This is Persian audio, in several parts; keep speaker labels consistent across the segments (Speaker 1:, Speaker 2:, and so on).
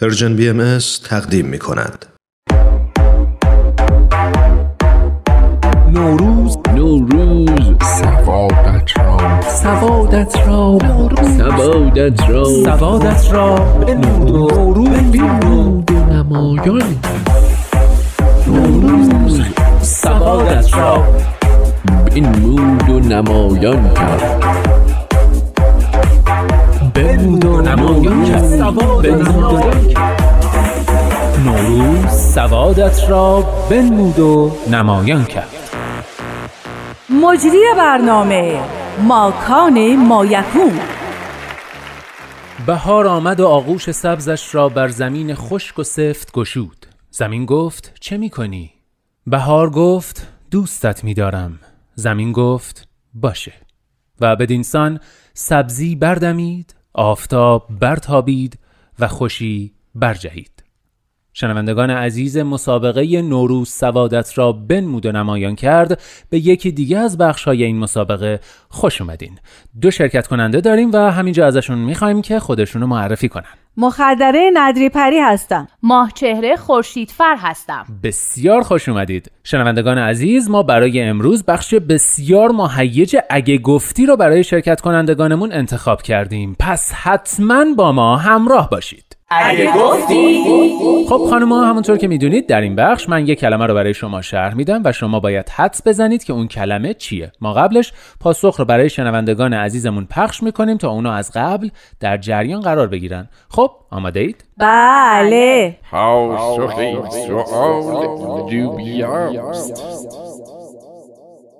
Speaker 1: پرژن بی ام از تقدیم می کند.
Speaker 2: نوروز
Speaker 3: نوروز
Speaker 2: سوادت را سوادت را
Speaker 3: سوادت را
Speaker 2: سوادت را به نوروز
Speaker 3: نورود نمایان نوروز
Speaker 2: سوادت را
Speaker 3: این مود و نمایان کرد
Speaker 2: به و نمایان کرد سواد به نمایان کرد نوروز سوادت را بنمود و نمایان کرد
Speaker 4: مجری برنامه ماکان مایکون
Speaker 5: بهار آمد و آغوش سبزش را بر زمین خشک و سفت گشود زمین گفت چه می کنی؟ بهار گفت دوستت می دارم زمین گفت باشه و بدینسان سبزی بردمید آفتاب برتابید و خوشی برجهید شنوندگان عزیز مسابقه نوروز سوادت را بنمود و نمایان کرد به یکی دیگه از بخش های این مسابقه خوش اومدین دو شرکت کننده داریم و همینجا ازشون میخوایم که خودشون رو معرفی کنن
Speaker 4: مخدره ندری پری هستم
Speaker 6: ماه چهره خورشیدفر هستم
Speaker 5: بسیار خوش اومدید شنوندگان عزیز ما برای امروز بخش بسیار مهیج اگه گفتی رو برای شرکت کنندگانمون انتخاب کردیم پس حتما با ما همراه باشید
Speaker 4: اگه گفتی
Speaker 5: خب خانم همونطور که میدونید در این بخش من یه کلمه رو برای شما شرح میدم و شما باید حدس بزنید که اون کلمه چیه ما قبلش پاسخ رو برای شنوندگان عزیزمون پخش میکنیم تا اونا از قبل در جریان قرار بگیرن خب آماده اید
Speaker 4: بله
Speaker 3: پاسخ سؤال دوبیاست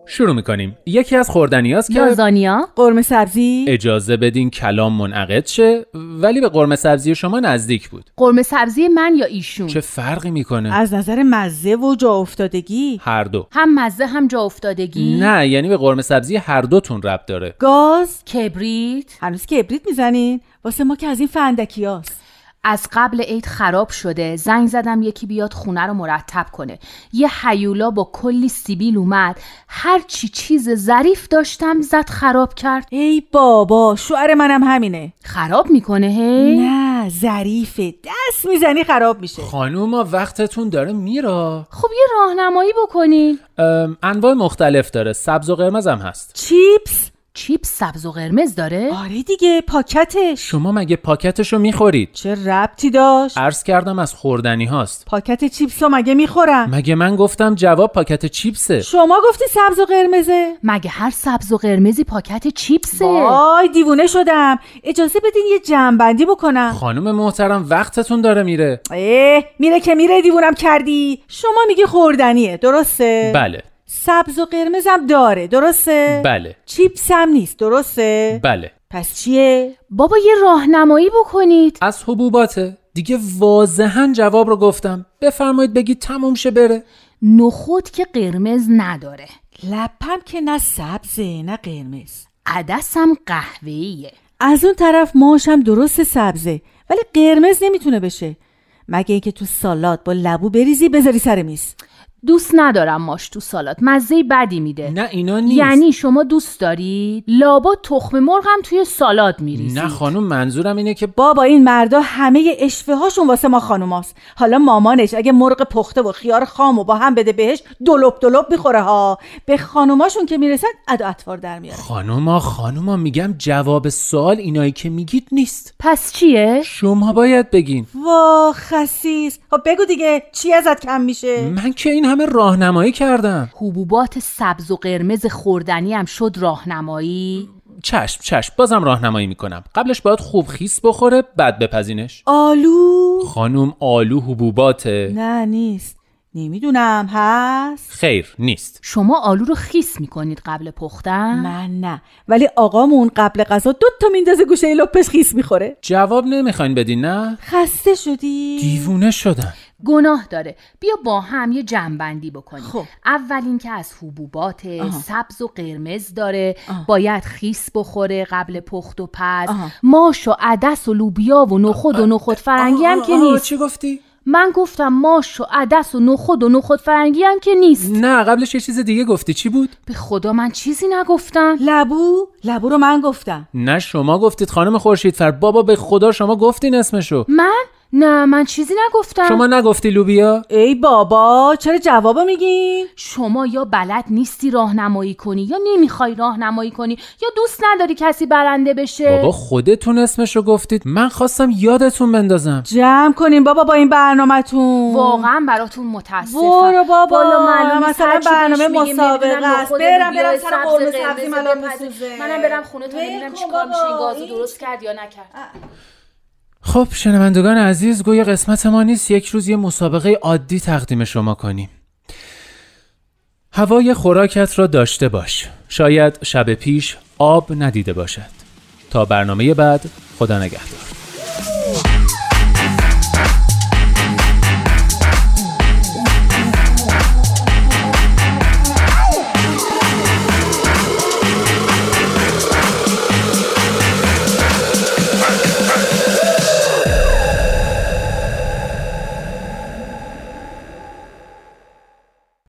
Speaker 5: شروع میکنیم یکی از خوردنیاست
Speaker 6: بله،
Speaker 5: که
Speaker 6: لازانیا
Speaker 4: قرمه سبزی
Speaker 5: اجازه بدین کلام منعقد شه ولی به قرمه سبزی شما نزدیک بود
Speaker 6: قرمه سبزی من یا ایشون
Speaker 5: چه فرقی میکنه
Speaker 4: از نظر مزه و جا افتادگی
Speaker 5: هر دو
Speaker 6: هم مزه هم جا افتادگی
Speaker 5: نه یعنی به قرمه سبزی هر دوتون رب داره
Speaker 4: گاز
Speaker 6: کبریت
Speaker 4: هنوز که ابریت میزنین واسه ما که از این فندکی هاست
Speaker 6: از قبل عید خراب شده زنگ زدم یکی بیاد خونه رو مرتب کنه یه حیولا با کلی سیبیل اومد هر چی چیز ظریف داشتم زد خراب کرد
Speaker 4: ای بابا شوهر منم همینه
Speaker 6: خراب میکنه هی
Speaker 4: نه ظریفه دست میزنی خراب میشه
Speaker 5: خانوما وقتتون داره میره
Speaker 6: خب یه راهنمایی بکنین
Speaker 5: ام، انواع مختلف داره سبز و قرمز هم هست
Speaker 4: چیپس
Speaker 6: چیپ سبز و قرمز داره
Speaker 4: آره دیگه پاکتش
Speaker 5: شما مگه پاکتش رو میخورید
Speaker 4: چه ربطی داشت
Speaker 5: عرض کردم از خوردنی هاست
Speaker 4: پاکت چیپس رو مگه میخورم
Speaker 5: مگه من گفتم جواب پاکت چیپسه
Speaker 4: شما گفتی سبز و قرمزه
Speaker 6: مگه هر سبز و قرمزی پاکت چیپسه
Speaker 4: وای دیوونه شدم اجازه بدین یه جمعبندی بکنم
Speaker 5: خانم محترم وقتتون داره میره
Speaker 4: اه میره که میره دیوونم کردی شما میگی خوردنیه درسته
Speaker 5: بله
Speaker 4: سبز و قرمزم داره درسته
Speaker 5: بله
Speaker 4: چیپس هم نیست درسته
Speaker 5: بله
Speaker 4: پس چیه
Speaker 6: بابا یه راهنمایی بکنید
Speaker 5: از حبوباته دیگه واضحا جواب رو گفتم بفرمایید بگید تموم شه بره
Speaker 6: نخود که قرمز نداره
Speaker 4: لپم که نه سبزه نه قرمز
Speaker 6: عدسم قهوه‌ایه
Speaker 4: از اون طرف ماشم درست سبزه ولی قرمز نمیتونه بشه مگه اینکه تو سالاد با لبو بریزی بذاری سر میز
Speaker 6: دوست ندارم ماش تو سالات مزه بدی میده
Speaker 5: نه اینا نیست
Speaker 6: یعنی شما دوست دارید لابا تخم مرغ هم توی سالاد میریزید
Speaker 5: نه خانم منظورم اینه که
Speaker 4: بابا این مردا همه اشوه هاشون واسه ما خانوماست حالا مامانش اگه مرغ پخته و خیار خام و با هم بده بهش دلوب دلوب میخوره ها به خانوماشون که میرسن ادا اطوار در میاره
Speaker 5: خانوما خانوما میگم جواب سوال اینایی که میگید نیست
Speaker 6: پس چیه؟
Speaker 5: شما باید بگین
Speaker 4: وا خسیس خب بگو دیگه چی ازت کم میشه
Speaker 5: من که این همه راهنمایی کردم
Speaker 6: حبوبات سبز و قرمز خوردنی هم شد راهنمایی
Speaker 5: چشم چشم بازم راهنمایی میکنم قبلش باید خوب خیس بخوره بعد بپزینش
Speaker 4: آلو
Speaker 5: خانم آلو حبوباته
Speaker 4: نه نیست نمیدونم هست
Speaker 5: خیر نیست
Speaker 6: شما آلو رو خیس میکنید قبل پختن؟
Speaker 4: من نه ولی آقامون قبل غذا دو تا میندازه گوشه لپش خیس میخوره
Speaker 5: جواب نمیخواین بدین نه
Speaker 4: خسته شدی
Speaker 5: دیوونه شدم
Speaker 6: گناه داره بیا با هم یه جنبندی بکنیم
Speaker 4: خب.
Speaker 6: اولین که از حبوبات
Speaker 4: آها.
Speaker 6: سبز و قرمز داره
Speaker 4: آها.
Speaker 6: باید خیس بخوره قبل پخت و پز
Speaker 4: آها.
Speaker 6: ماش و عدس و لوبیا و نخود و نخود فرنگی هم که
Speaker 5: آها،
Speaker 6: نیست
Speaker 5: چی گفتی
Speaker 6: من گفتم ماش و عدس و نخود و نخود فرنگی هم که نیست
Speaker 5: نه قبلش یه چیز دیگه گفتی چی بود
Speaker 6: به خدا من چیزی نگفتم
Speaker 4: لبو لبو رو من گفتم
Speaker 5: نه شما گفتید خانم خورشیدفر بابا به خدا شما گفتین اسمشو
Speaker 6: من نه من چیزی نگفتم
Speaker 5: شما نگفتی لوبیا؟
Speaker 4: ای بابا چرا جوابو میگین؟
Speaker 6: شما یا بلد نیستی راهنمایی کنی یا نمیخوای راهنمایی کنی یا دوست نداری کسی برنده بشه
Speaker 5: بابا خودتون اسمشو گفتید من خواستم یادتون بندازم
Speaker 4: جمع کنین بابا با این برنامهتون
Speaker 6: واقعا براتون متاسفم
Speaker 4: برو بابا
Speaker 6: والا معلومه
Speaker 4: مثلا
Speaker 6: هرچی
Speaker 4: برنامه
Speaker 6: بهش میگیم
Speaker 4: مسابقه
Speaker 6: نمیدونم
Speaker 4: است
Speaker 6: نخود
Speaker 4: برم برم
Speaker 6: لوبیا
Speaker 4: سر
Speaker 6: سبز
Speaker 4: قرمه
Speaker 6: قرمز
Speaker 4: سبزی منم
Speaker 6: بپزه.
Speaker 4: بسوزه
Speaker 6: منم برم خونه تا
Speaker 4: ول
Speaker 6: ببینم
Speaker 4: کن
Speaker 6: چیکار میشه این
Speaker 4: بابا،
Speaker 6: گازو
Speaker 4: این-
Speaker 6: درست کرد یا نکرد
Speaker 5: خب شنوندگان عزیز گویا قسمت ما نیست یک روز یه مسابقه عادی تقدیم شما کنیم هوای خوراکت را داشته باش شاید شب پیش آب ندیده باشد تا برنامه بعد خدا نگهدار